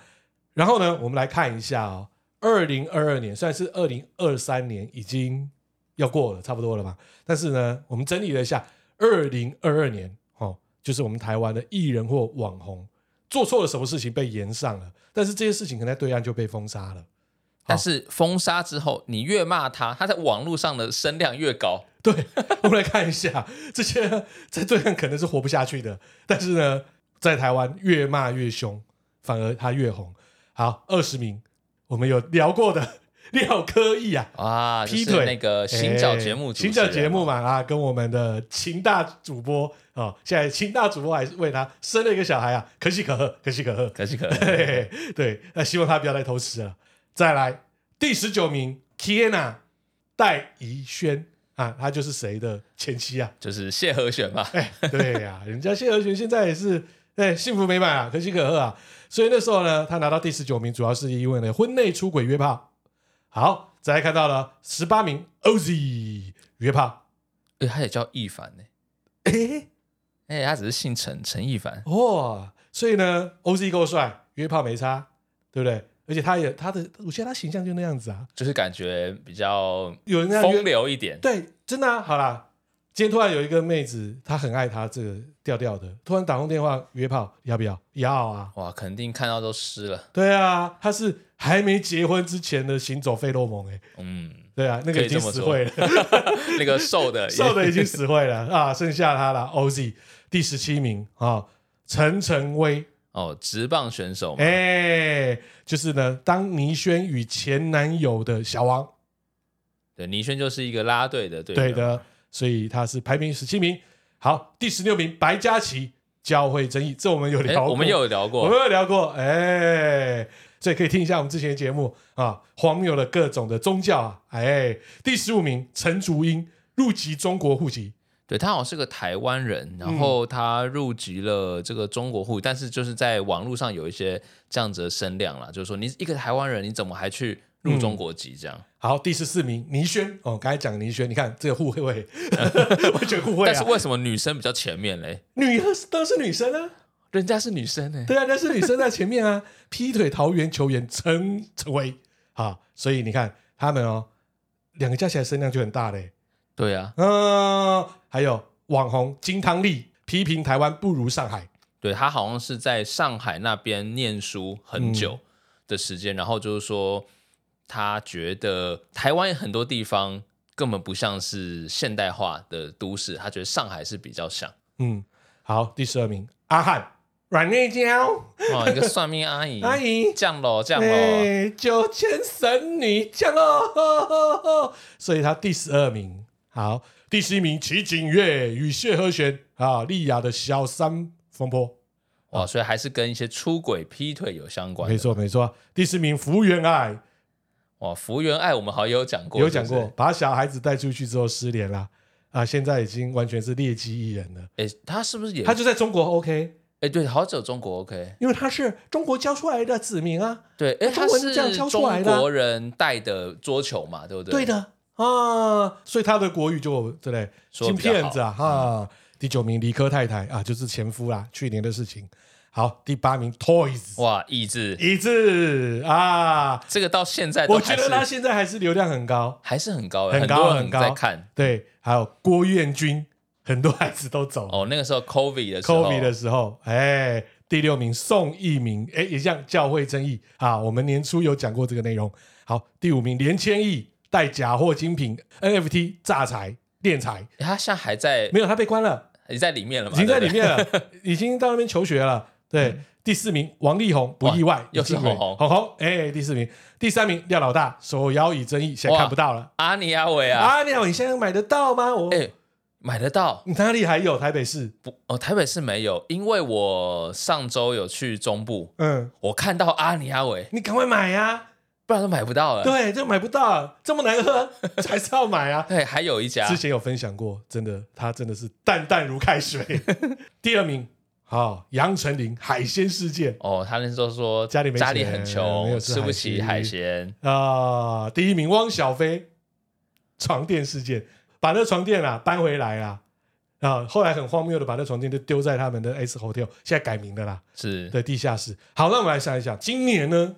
[SPEAKER 2] 然后呢，我们来看一下哦，二零二二年虽然是二零二三年已经要过了，差不多了嘛，但是呢，我们整理了一下，二零二二年哦，就是我们台湾的艺人或网红做错了什么事情被延上了，但是这些事情可能在对岸就被封杀了。
[SPEAKER 3] 但是封杀之后，你越骂他，他在网络上的声量越高。
[SPEAKER 2] 对，我们来看一下这些在对岸可能是活不下去的，但是呢，在台湾越骂越凶，反而他越红。好，二十名，我们有聊过的 [laughs] 廖科义啊，
[SPEAKER 3] 啊，就
[SPEAKER 2] 劈
[SPEAKER 3] 是
[SPEAKER 2] 腿
[SPEAKER 3] 那个行脚节目
[SPEAKER 2] 哎
[SPEAKER 3] 主持人
[SPEAKER 2] 行
[SPEAKER 3] 嘛，
[SPEAKER 2] 脚节目嘛啊，跟我们的秦大主播啊、哦，现在秦大主播还是为他生了一个小孩啊，可喜可贺，可喜可贺。
[SPEAKER 3] 可喜可
[SPEAKER 2] 嘿
[SPEAKER 3] 贺。
[SPEAKER 2] 嘿嘿 [laughs] 对，那希望他不要再偷吃了。再来第十九名，Kiana 戴怡轩啊，她就是谁的前妻啊？ [laughs]
[SPEAKER 3] 就是谢和弦嘛，
[SPEAKER 2] 哎，对呀、人家谢和弦现在也是哎幸福美满啊，可喜可贺啊。所以那时候呢，他拿到第十九名，主要是因为呢婚内出轨约炮。好，再来看到了十八名 OZ 约炮，
[SPEAKER 3] 哎他也叫亦凡呢、
[SPEAKER 2] 哎、
[SPEAKER 3] 哎、他只是姓陈，陈亦凡。
[SPEAKER 2] 哦，所以呢，OZ 够帅，约炮没差对不对？而且他也他的，我觉得他形象就那样子啊，
[SPEAKER 3] 就是感觉比较
[SPEAKER 2] 有人在
[SPEAKER 3] 风
[SPEAKER 2] 约，
[SPEAKER 3] 流一点。
[SPEAKER 2] 对，真的、啊、好啦。今天突然有一个妹子，她很爱他这个调调的，突然打通电话约炮，要不要？要啊，
[SPEAKER 3] 哇，肯定看到都湿了。
[SPEAKER 2] 对啊，他是还没结婚之前的行走费洛蒙哎、
[SPEAKER 3] 嗯，
[SPEAKER 2] 对啊，那个已经
[SPEAKER 3] 可以这么
[SPEAKER 2] 死
[SPEAKER 3] 说
[SPEAKER 2] 会了， [laughs]
[SPEAKER 3] 那个瘦的也，
[SPEAKER 2] 瘦的已经死会了啊，剩下他了，OZ 第十七名啊，陈晨威，
[SPEAKER 3] 哦，直棒选手嘛，
[SPEAKER 2] 哎、就是呢，当倪轩与前男友的小王，
[SPEAKER 3] 对，倪轩就是一个拉队的队
[SPEAKER 2] 对
[SPEAKER 3] 员嘛
[SPEAKER 2] 的，所以他是排名十七名。好，第十六名白嘉琪，教会争议，这我们有
[SPEAKER 3] 哎、
[SPEAKER 2] 聊过，
[SPEAKER 3] 我们有聊
[SPEAKER 2] 我们
[SPEAKER 3] 过，
[SPEAKER 2] 有聊过，哎、所以可以听一下我们之前的节目啊，荒谬的各种的宗教啊，哎，第十五名陈竹英入籍中国户籍，
[SPEAKER 3] 对他好像是个台湾人，
[SPEAKER 2] 嗯
[SPEAKER 3] 然后他入籍了这个中国户，但是就是在网络上有一些这样子的声量啦，就是说你一个台湾人，你怎么还去入
[SPEAKER 2] 嗯
[SPEAKER 3] 中国籍这样？
[SPEAKER 2] 好，第十四名倪轩哦，刚才讲倪轩，你看这个互惠， [laughs] 完全互惠
[SPEAKER 3] 但是
[SPEAKER 2] 啊，
[SPEAKER 3] 为什么女生比较前面嘞？
[SPEAKER 2] 女都是女生啊，
[SPEAKER 3] 人家是女生欸呢、
[SPEAKER 2] 对啊，但是女生在前面啊， [laughs] 劈腿桃园球员陈陈威啊，所以你看他们哦，两个加起来声量就很大嘞，
[SPEAKER 3] 对啊，
[SPEAKER 2] 嗯、还有网红金汤力批评台湾不如上海，
[SPEAKER 3] 对他好像是在上海那边念书很久
[SPEAKER 2] 嗯
[SPEAKER 3] 的时间，然后就是说他觉得台湾很多地方根本不像是现代化的都市，他觉得上海是比较像。
[SPEAKER 2] 嗯，好，第十二名阿汉阮内娇
[SPEAKER 3] 哦，一个算命阿姨，
[SPEAKER 2] [laughs] 阿姨
[SPEAKER 3] 降喽降喽，
[SPEAKER 2] 哎，九千神女降哦，所以他第十二名。好，第十一名齐景月与谢和弦啊，丽雅的小三风波，
[SPEAKER 3] 哇，所以还是跟一些出轨、劈腿有相关的。
[SPEAKER 2] 没，错没错。第十名福原爱
[SPEAKER 3] 哇，福原爱我们好像有讲过，
[SPEAKER 2] 有讲
[SPEAKER 3] 是不
[SPEAKER 2] 过
[SPEAKER 3] 是，，
[SPEAKER 2] 把小孩子带出去之后失联啦，啊，现在已经完全是劣迹艺人了。
[SPEAKER 3] 哎、他是不是也？
[SPEAKER 2] 他
[SPEAKER 3] 他
[SPEAKER 2] 就在中国 OK，
[SPEAKER 3] 哎、对，好久中国 OK，
[SPEAKER 2] 因为他是中国教出来的子民啊，
[SPEAKER 3] 对，哎、
[SPEAKER 2] 中
[SPEAKER 3] 他
[SPEAKER 2] 文
[SPEAKER 3] 是
[SPEAKER 2] 这样教出来的
[SPEAKER 3] 中
[SPEAKER 2] 啊
[SPEAKER 3] 国人带的桌球嘛，对不对？
[SPEAKER 2] 对，的啊，所以他的国语就对不对？
[SPEAKER 3] 说得
[SPEAKER 2] 金
[SPEAKER 3] 比较好嗯
[SPEAKER 2] 骗子啊哈、第九名理科太太啊，就是前夫啦，去年的事情。好，第八名 Toys
[SPEAKER 3] 哇，意志
[SPEAKER 2] 一致啊，
[SPEAKER 3] 这个到现哎在都
[SPEAKER 2] 我觉
[SPEAKER 3] 还
[SPEAKER 2] 得
[SPEAKER 3] 是
[SPEAKER 2] 他现在还是流量很高，
[SPEAKER 3] 还是很高欸，
[SPEAKER 2] 很高
[SPEAKER 3] 多
[SPEAKER 2] 很
[SPEAKER 3] 人
[SPEAKER 2] 高
[SPEAKER 3] 在看。
[SPEAKER 2] 对，还有郭彦均，很多孩子都走
[SPEAKER 3] 哦，那个时候 COVID 的时候
[SPEAKER 2] COVID 的时候，哎，第六名宋一鸣，哎，也像教会争议啊，我们年初有讲过这个内容。好，第五名连千亿带假货精品 NFT 诈财敛财，
[SPEAKER 3] 诶他现在还在
[SPEAKER 2] 没有他被关了，
[SPEAKER 3] 已经在里面了嘛？
[SPEAKER 2] 已经在
[SPEAKER 3] 对
[SPEAKER 2] 里
[SPEAKER 3] 啊不对
[SPEAKER 2] 面
[SPEAKER 3] [laughs] 嗯
[SPEAKER 2] 了，已经到那边求学了。对，第四名王力宏不意外，
[SPEAKER 3] 又是
[SPEAKER 2] 红
[SPEAKER 3] 红红
[SPEAKER 2] 红红，哎，第四名，第三名廖老大手摇椅争议，现在
[SPEAKER 3] 哇
[SPEAKER 2] 看不到了
[SPEAKER 3] 阿尼阿伟啊，
[SPEAKER 2] 啊，廖，你现在买得到吗？我，
[SPEAKER 3] 哎，买得到
[SPEAKER 2] 你哪里还有台北市？
[SPEAKER 3] 不？哦，台北市没有，因为我上周有去中部，
[SPEAKER 2] 嗯，
[SPEAKER 3] 我看到阿尼阿伟，
[SPEAKER 2] 你赶快买啊呀、
[SPEAKER 3] 不然都买不到了。
[SPEAKER 2] 对，啊就买不到，这么难喝，还是要买啊。
[SPEAKER 3] 对，还有一家
[SPEAKER 2] 之前有分享过，真的，它真的是淡淡如开水。 [laughs] 第二名，好、杨丞琳《海鲜世界》
[SPEAKER 3] 哦，他那时候说
[SPEAKER 2] 家里没
[SPEAKER 3] 家里
[SPEAKER 2] 钱
[SPEAKER 3] 很
[SPEAKER 2] 没有
[SPEAKER 3] 穷，
[SPEAKER 2] 吃
[SPEAKER 3] 吃不
[SPEAKER 2] 海
[SPEAKER 3] 起
[SPEAKER 2] 鲜
[SPEAKER 3] 海鲜。
[SPEAKER 2] 啊、第一名汪小菲《床垫事件》，把那床垫啊搬回来啦。啊，后来很荒谬的把那床垫就丢在他们的 S Hotel，现在改名的啦，
[SPEAKER 3] 是
[SPEAKER 2] 对，地下室。好，那我们来想一想，今年呢，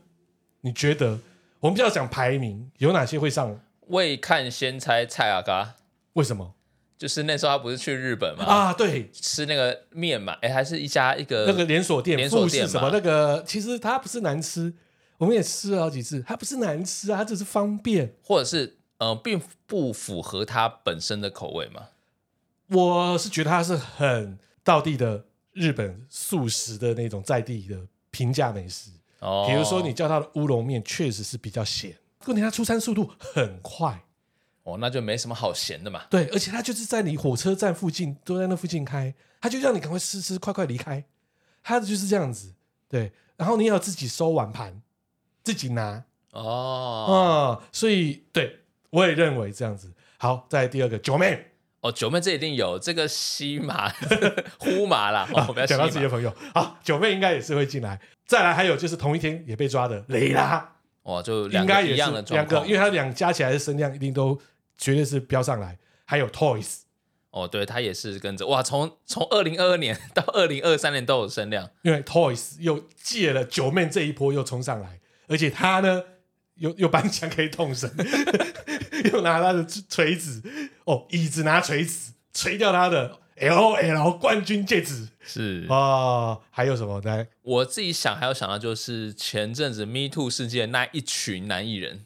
[SPEAKER 2] 你觉得我们不要讲排名，有哪些会上？
[SPEAKER 3] 未看先猜蔡阿嘎，
[SPEAKER 2] 为什么
[SPEAKER 3] 就是那时候他不是去日本嘛，
[SPEAKER 2] 啊？对，
[SPEAKER 3] 吃那个面嘛，哎，还是一家一个
[SPEAKER 2] 那个连锁店，
[SPEAKER 3] 连
[SPEAKER 2] 富
[SPEAKER 3] 锁
[SPEAKER 2] 士
[SPEAKER 3] 店
[SPEAKER 2] 什
[SPEAKER 3] 嘛
[SPEAKER 2] 么那个，其实它不是难吃，我们也吃了好几次，它不是难吃啊，它只是方便。
[SPEAKER 3] 或者是呃，并不符合它本身的口味嘛。
[SPEAKER 2] 我是觉得它是很道地的日本素食的那种在地的平价美食，
[SPEAKER 3] 哦，
[SPEAKER 2] 比如说你叫它的乌龙面，确实是比较咸，问题它出餐速度很快，
[SPEAKER 3] 哦，那就没什么好咸的嘛。
[SPEAKER 2] 对，而且它就是在你火车站附近，都在那附近开，它就让你赶快吃吃，快快离开，它就是这样子，对，然后你也要自己收碗盘，自己拿，
[SPEAKER 3] 哦
[SPEAKER 2] 啊、所以对我也认为这样子。好，再来第二个九妹， [laughs]
[SPEAKER 3] 哦，九妹这一定有这个西马 [laughs] 呼麻啦，哦，不要西
[SPEAKER 2] 啊讲到自己的
[SPEAKER 3] 马。
[SPEAKER 2] 朋友，好，九妹应该也是会进来。再来还有就是同一天也被抓的雷拉，
[SPEAKER 3] 哦，就两
[SPEAKER 2] 应
[SPEAKER 3] 个
[SPEAKER 2] 该也
[SPEAKER 3] 一
[SPEAKER 2] 是
[SPEAKER 3] 样的状
[SPEAKER 2] 两个，
[SPEAKER 3] 况
[SPEAKER 2] 因。为他俩加起来的声量一定都绝对是飙上来。还有 Toys，
[SPEAKER 3] 哦，对，他也是跟着哇，从从二零二二 [laughs] 年到二零二三年都有声量，
[SPEAKER 2] 因为 Toys 又借了九妹这一波又冲上来，而且他呢有 [laughs] 有板枪可以动身， [laughs] 又拿他的锤子，哦，椅子拿锤子锤掉他的 L O L 冠军戒指
[SPEAKER 3] 是
[SPEAKER 2] 哦，还有什么来？
[SPEAKER 3] 我自己想还有想到就是前阵子 Me Too 事件那一群男艺人，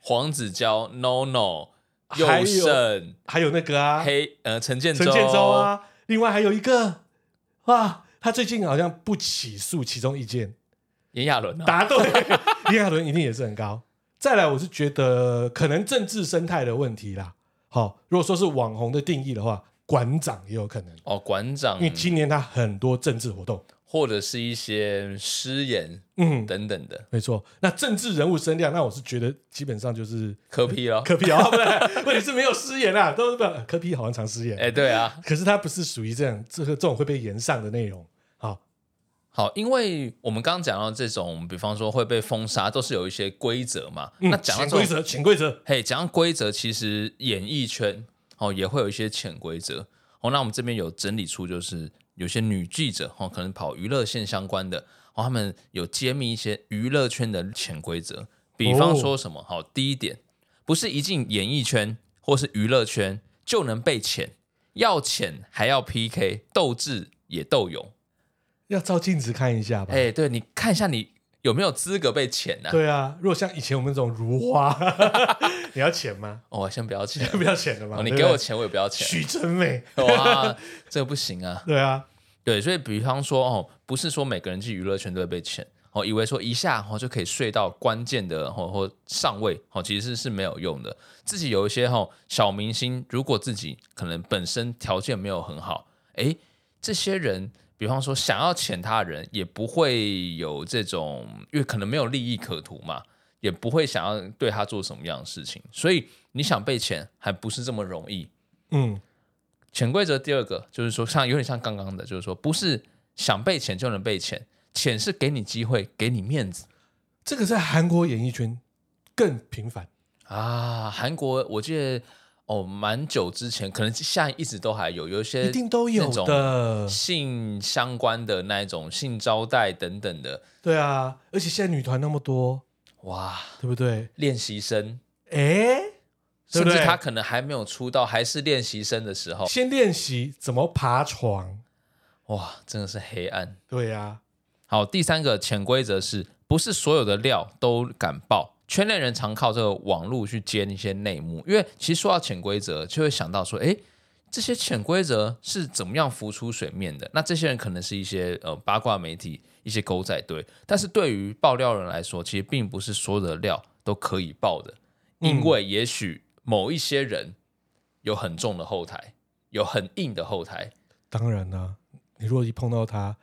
[SPEAKER 3] 黄子佼、No No、
[SPEAKER 2] 还
[SPEAKER 3] 佑
[SPEAKER 2] 有
[SPEAKER 3] 胜、
[SPEAKER 2] 还有那个啊，
[SPEAKER 3] 黑呃陈建州、
[SPEAKER 2] 陈建州，啊，另外还有一个哇，他最近好像不起诉其中一件，
[SPEAKER 3] 炎亚纶啊，
[SPEAKER 2] 答 [laughs] 对，李亚伦一定也是很高。再来，我是觉得可能政治生态的问题啦。好、如果说是网红的定义的话，馆长也有可能，
[SPEAKER 3] 哦馆长
[SPEAKER 2] 因为，今年他很多政治活动。
[SPEAKER 3] 或者是一些诗言
[SPEAKER 2] 嗯，
[SPEAKER 3] 等等的
[SPEAKER 2] 没错。那政治人物声量，那我是觉得基本上就是
[SPEAKER 3] 科批咯。
[SPEAKER 2] 柯 P 啊， [laughs] 不对，问题是没有失言啦，都是不柯 P 好像常失言，
[SPEAKER 3] 哎，对啊，
[SPEAKER 2] 可是他不是属于这样，这个这种会被延上的内容。好，
[SPEAKER 3] 好，因为我们刚刚讲到这种，比方说会被封杀，都是有一些规则嘛。
[SPEAKER 2] 嗯
[SPEAKER 3] 那讲到
[SPEAKER 2] 潜
[SPEAKER 3] 这
[SPEAKER 2] 规
[SPEAKER 3] 种，
[SPEAKER 2] 则，潜规则，
[SPEAKER 3] 嘿，讲到规则，其实演艺圈哦也会有一些潜规则。哦，那我们这边有整理出，就是有些女记者哦，可能跑娱乐线相关的，哦，他们有揭秘一些娱乐圈的潜规则。比方说什么？好，第一点，不是一进演艺圈或是娱乐圈就能被潜，要潜还要 PK，斗智也斗勇。
[SPEAKER 2] 要照镜子看一下吧。
[SPEAKER 3] 哎、对，你看一下你有没有资格被潜呢、啊？
[SPEAKER 2] 对啊，如果像以前我们这种如花， [laughs] 你要钱吗？，
[SPEAKER 3] 哦，先不要潜
[SPEAKER 2] [laughs] 不要钱的嘛，
[SPEAKER 3] 哦，你
[SPEAKER 2] 对不
[SPEAKER 3] 给
[SPEAKER 2] 对
[SPEAKER 3] 我钱我也不
[SPEAKER 2] [laughs]
[SPEAKER 3] 要钱。
[SPEAKER 2] 许真美，
[SPEAKER 3] 哇，这个不行啊。
[SPEAKER 2] 对啊，
[SPEAKER 3] 对，所以比方说哦，不是说每个人进娱乐圈都会被潜哦，以为说一下哦就可以睡到关键的哦或上位哦，其实是没有用的。自己有一些哦小明星，如果自己可能本身条件没有很好，诶，这些人。比方说，想要潜他的人也不会有这种，因为可能没有利益可图嘛，也不会想要对他做什么样的事情，所以你想被潜还不是这么容易。
[SPEAKER 2] 嗯，
[SPEAKER 3] 潜规则第二个就是说，像有点像刚刚的，就是说不是想被潜就能被潜，潜是给你机会，给你面子
[SPEAKER 2] 这个在韩国演艺圈更频繁，
[SPEAKER 3] 啊。韩国我记得哦，蛮久之前，可能现在一直都还有，有一些
[SPEAKER 2] 一定都有
[SPEAKER 3] 呃那种
[SPEAKER 2] 的。
[SPEAKER 3] 性相关的那一种性招待等等的，
[SPEAKER 2] 对啊，而且现在女团那么多，
[SPEAKER 3] 哇，
[SPEAKER 2] 对不对？
[SPEAKER 3] 练习生，
[SPEAKER 2] 哎，对
[SPEAKER 3] 甚
[SPEAKER 2] 不对
[SPEAKER 3] 至他可能还没有出道，还是练习生的时候，
[SPEAKER 2] 先练习怎么爬床。
[SPEAKER 3] 哇，真的是黑暗。
[SPEAKER 2] 对啊，
[SPEAKER 3] 好，第三个潜规则是不是所有的料都敢爆？圈内人常靠这个网络去揭一些内幕，因为其实说到潜规则，就会想到说，诶，这些潜规则是怎么样浮出水面的？那这些人可能是一些呃八卦媒体、一些狗仔队，但是对于爆料人来说，其实并不是所有的料都可以爆的，因为也许某一些人有很重的后台，有很硬的后台，
[SPEAKER 2] 当然啦、你如果一碰到他，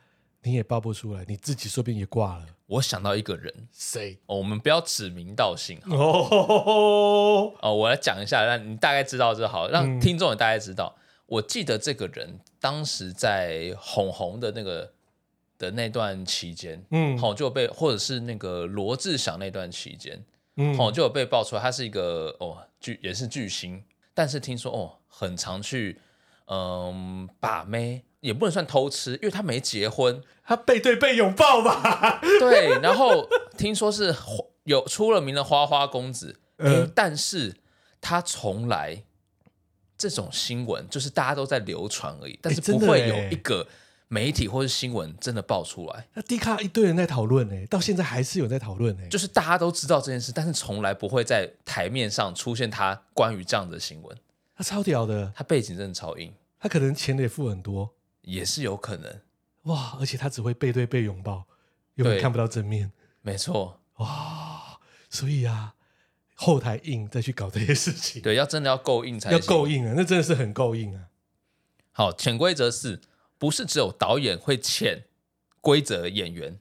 [SPEAKER 2] 你也爆不出来，你自己说不定也挂了。
[SPEAKER 3] 我想到一个人，
[SPEAKER 2] 谁？
[SPEAKER 3] 哦、我们不要指名道姓哈。
[SPEAKER 2] 哦，
[SPEAKER 3] 哦，我来讲一下，让你大概知道就好，
[SPEAKER 2] 嗯
[SPEAKER 3] 让听众也大概知道。我记得这个人当时在红红的那个的那段期间，
[SPEAKER 2] 嗯，
[SPEAKER 3] 好、就被或者是那个罗志祥那段期间，
[SPEAKER 2] 嗯，
[SPEAKER 3] 好、就有被爆出来，他是一个哦巨也是巨星，但是听说哦很常去嗯把妹，也不能算偷吃，因为他没结婚，
[SPEAKER 2] 他背对背拥抱吧。 [laughs]
[SPEAKER 3] 对，然后听说是花有出了名的花花公子，
[SPEAKER 2] 嗯
[SPEAKER 3] 诶但是他从来这种新闻就是大家都在流传而已，但是
[SPEAKER 2] 真
[SPEAKER 3] 不
[SPEAKER 2] 的
[SPEAKER 3] 会
[SPEAKER 2] 诶
[SPEAKER 3] 有一个媒体或是新闻真的爆出来，
[SPEAKER 2] 那 D 卡一堆人在讨论呢，到现在还是有人在讨论呢。欸
[SPEAKER 3] 就是大家都知道这件事，但是从来不会在台面上出现他关于这样的新闻。
[SPEAKER 2] 他超屌的，
[SPEAKER 3] 他背景真的超硬，
[SPEAKER 2] 他可能钱也付很多
[SPEAKER 3] 也是有可能，
[SPEAKER 2] 哇，而且他只会背对背拥抱，永远
[SPEAKER 3] 对
[SPEAKER 2] 看不到正面
[SPEAKER 3] 没错，
[SPEAKER 2] 哇。所以啊，后台硬再去搞这些事情，
[SPEAKER 3] 对，要真的要够硬才
[SPEAKER 2] 要
[SPEAKER 3] 行
[SPEAKER 2] 够硬啊，那真的是很够硬啊。
[SPEAKER 3] 好，潜规则四不是只有导演会潜规则演员，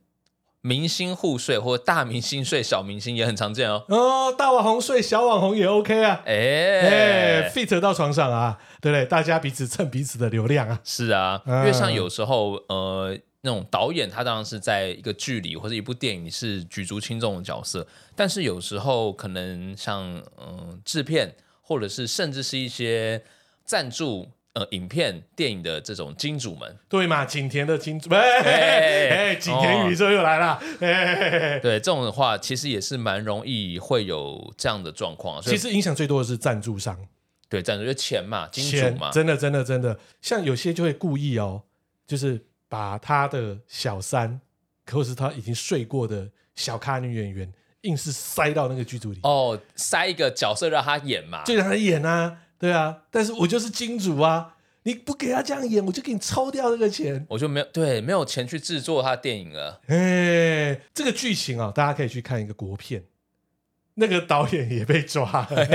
[SPEAKER 3] 明星互睡或大明星睡小明星也很常见哦。
[SPEAKER 2] 哦，大网红睡小网红也 OK 啊，
[SPEAKER 3] 哎、
[SPEAKER 2] 哎、f i t 到床上啊，对不对？大家彼此蹭彼此的流量啊，
[SPEAKER 3] 是啊，因
[SPEAKER 2] 嗯
[SPEAKER 3] 为像有时候呃，那种导演他当然是在一个剧里或者一部电影是举足轻重的角色，但是有时候可能像嗯、呃制片或者是甚至是一些赞助呃影片、电影的这种金主们。
[SPEAKER 2] 对嘛？景甜的金主，哎哎，景甜宇宙又来了，
[SPEAKER 3] 哦
[SPEAKER 2] 哎，
[SPEAKER 3] 对这种的话，其实也是蛮容易会有这样的状况。啊所以
[SPEAKER 2] 其实影响最多的是赞助商，
[SPEAKER 3] 对赞助就钱嘛，金主
[SPEAKER 2] 钱
[SPEAKER 3] 嘛，
[SPEAKER 2] 真的真的真的，像有些就会故意哦，就是把他的小三，或是他已经睡过的小咖女演员，硬是塞到那个剧组里，
[SPEAKER 3] 哦，塞一个角色让他演嘛。
[SPEAKER 2] 就让他演啊，对啊，但是我就是金主啊，你不给他这样演，我就给你抽掉那个钱。
[SPEAKER 3] 我就没有对没有钱去制作他的电影了。
[SPEAKER 2] 哎，这个剧情啊，大家可以去看一个国片，那个导演也被抓了，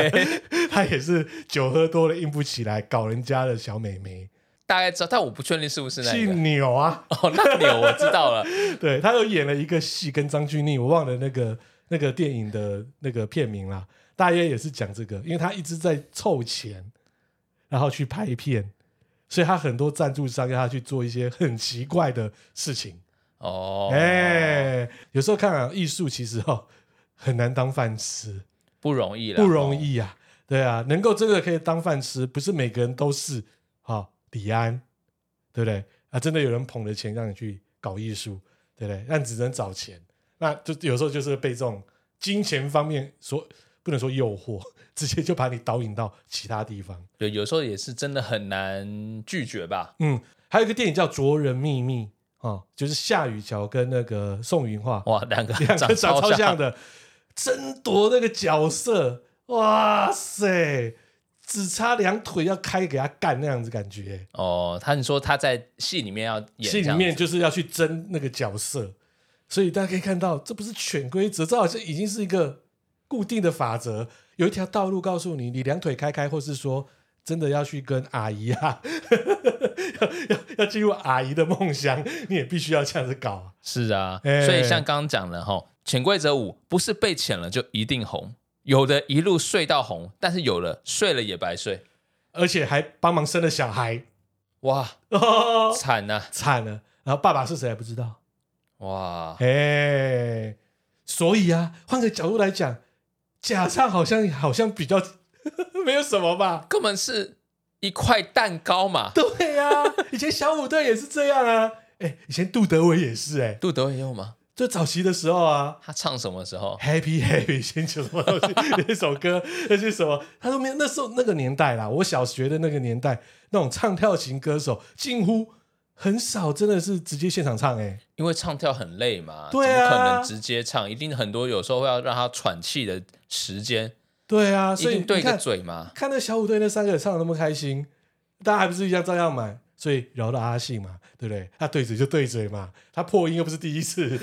[SPEAKER 2] 他也是酒喝多了硬不起来，搞人家的小美眉，
[SPEAKER 3] 大概知道，但我不确定是不是那
[SPEAKER 2] 去
[SPEAKER 3] 一个。
[SPEAKER 2] 扭啊！
[SPEAKER 3] [laughs] 哦，那牛我知道了。
[SPEAKER 2] 对他又演了一个戏，跟张钧甯，我忘了那个那个电影的那个片名啦，大约也是讲这个，因为他一直在凑钱，然后去拍片，所以他很多赞助商要他去做一些很奇怪的事情。
[SPEAKER 3] 哦，
[SPEAKER 2] [laughs] 哎、有时候看啊，艺术其实哦很难当饭吃，
[SPEAKER 3] 不容易了，哦
[SPEAKER 2] 不容。易啊。对啊，能够真的可以当饭吃，不是每个人都是好、李安，对不对？啊，真的有人捧着钱让你去搞艺术，对不对？但只能找钱，那就有时候就是被这种金钱方面所不能说诱惑， [laughs] 直接就把你导引到其他地方。
[SPEAKER 3] 对，有时候也是真的很难拒绝吧。
[SPEAKER 2] 嗯，还有一个电影叫《卓人秘密》啊、哦就是夏雨乔跟那个宋云桦，
[SPEAKER 3] 哇，两个
[SPEAKER 2] [laughs] 两
[SPEAKER 3] 长
[SPEAKER 2] 个长超像
[SPEAKER 3] 像，
[SPEAKER 2] 的，争夺那个角色，哇塞，只差两腿要开给他干那样子感觉。
[SPEAKER 3] 哦，他你说他在戏里面要演这
[SPEAKER 2] 戏
[SPEAKER 3] 样子，
[SPEAKER 2] 里面就是要去争那个角色，所以大家可以看到，这不是潜规则，这好像已经是一个固定的法则，有一条道路告诉你，你两腿开开，或是说真的要去跟阿姨啊， [laughs] 要要 [laughs] 要进入阿姨的梦乡，你也必须要这样子搞啊。
[SPEAKER 3] 是啊，
[SPEAKER 2] 哎
[SPEAKER 3] 所以像刚刚讲的哈，潜规则五不是被潜了就一定红，有的一路睡到红，但是有的睡了也白睡，
[SPEAKER 2] 而且还帮忙生了小孩，
[SPEAKER 3] 哇，
[SPEAKER 2] 哦，
[SPEAKER 3] 惨啊呐、
[SPEAKER 2] 惨了。然后爸爸是谁还不知道，
[SPEAKER 3] 哇，
[SPEAKER 2] 哎、所以啊，换个角度来讲，假唱好像好像比较 [laughs] 没有什么吧？
[SPEAKER 3] 根本是一块蛋糕嘛。
[SPEAKER 2] 对呀、啊， [laughs] 以前小虎队也是这样啊，哎、以前杜德伟也是哎、
[SPEAKER 3] 杜德伟也有吗？
[SPEAKER 2] 就早期的时候啊
[SPEAKER 3] 他唱什么时候？
[SPEAKER 2] ，Happy Happy 先求什么
[SPEAKER 3] [laughs]
[SPEAKER 2] 东西那首歌，那是什么？他都没有，那时候那个年代啦，我小学的那个年代，那种唱跳型歌手近乎很少，真的是直接现场唱哎、
[SPEAKER 3] 因为唱跳很累嘛，
[SPEAKER 2] 对啊
[SPEAKER 3] 怎么可能直接唱？一定很多，有时候会要让他喘气的时间，
[SPEAKER 2] 对啊，
[SPEAKER 3] 一
[SPEAKER 2] 所以
[SPEAKER 3] 定
[SPEAKER 2] 你
[SPEAKER 3] 对个
[SPEAKER 2] 看
[SPEAKER 3] 嘴嘛。
[SPEAKER 2] 看那小虎队那三个人唱的那么开心，大家还不是一样照样买？所以饶了阿信嘛，对不对？他对嘴就对嘴嘛，他破音又不是第一次。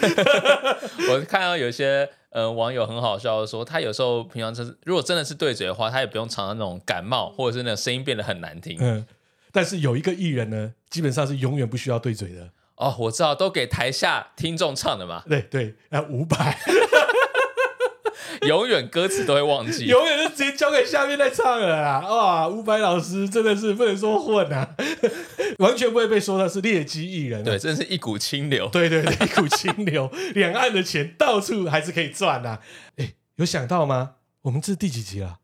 [SPEAKER 3] 我看到有些呃网友很好笑的说，他有时候平常就是如果真的是对嘴的话，他也不用尝到那种感冒或者是那种声音变得很难听。
[SPEAKER 2] 嗯，但是有一个艺人呢，基本上是永远不需要对嘴的。
[SPEAKER 3] 哦，我知道，都给台下听众唱的嘛，
[SPEAKER 2] 对对，那伍佰
[SPEAKER 3] 永远歌词都会忘记。
[SPEAKER 2] 永远就直接交给下面在唱了啦。哇，伍佰老师真的是不能说混啊， [laughs] 完全不会被说他是劣迹艺人、啊。
[SPEAKER 3] 对，真是一股清流。
[SPEAKER 2] 对对对，一 [laughs] 股清流，两岸的钱到处还是可以赚呐、啊。哎，有想到吗？我们这是第几集了？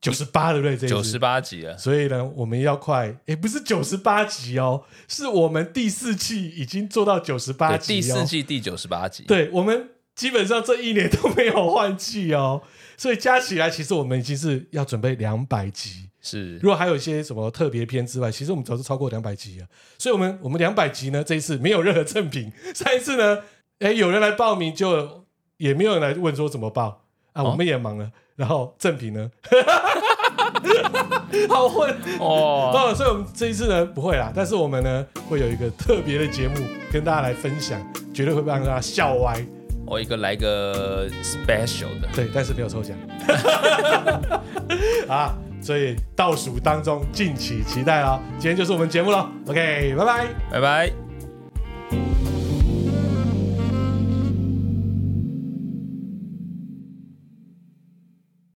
[SPEAKER 2] 九十八，对不对？这一集
[SPEAKER 3] 九十。八集了，
[SPEAKER 2] 所以呢，我们要快，哎，不是九十八集哦，是我们第四季已经做到九十八
[SPEAKER 3] 对，
[SPEAKER 2] 集、哦，
[SPEAKER 3] 第四季第九十八集。
[SPEAKER 2] 对我们基本上这一年都没有换季哦，所以加起来其实我们已经是要准备两百集。
[SPEAKER 3] 是
[SPEAKER 2] 如果还有一些什么特别篇之外，其实我们早就超过两百集了。所以，我们我们两百集呢，这一次没有任何赠品。上一次呢， [laughs] 哎，有人来报名就，也没有人来问说怎么报啊，我们也忙了。然后赠品呢， [laughs] 好混
[SPEAKER 3] 哦，
[SPEAKER 2] 哦，所以我们这一次呢不会啦，但是我们呢会有一个特别的节目跟大家来分享，绝对会让大家笑歪。
[SPEAKER 3] 我一个来个 special 的。
[SPEAKER 2] 对，但是没有抽奖。 [laughs] 啊，所以倒数当中，敬请期待哦。今天就是我们节目了，OK，拜拜。
[SPEAKER 3] 拜拜。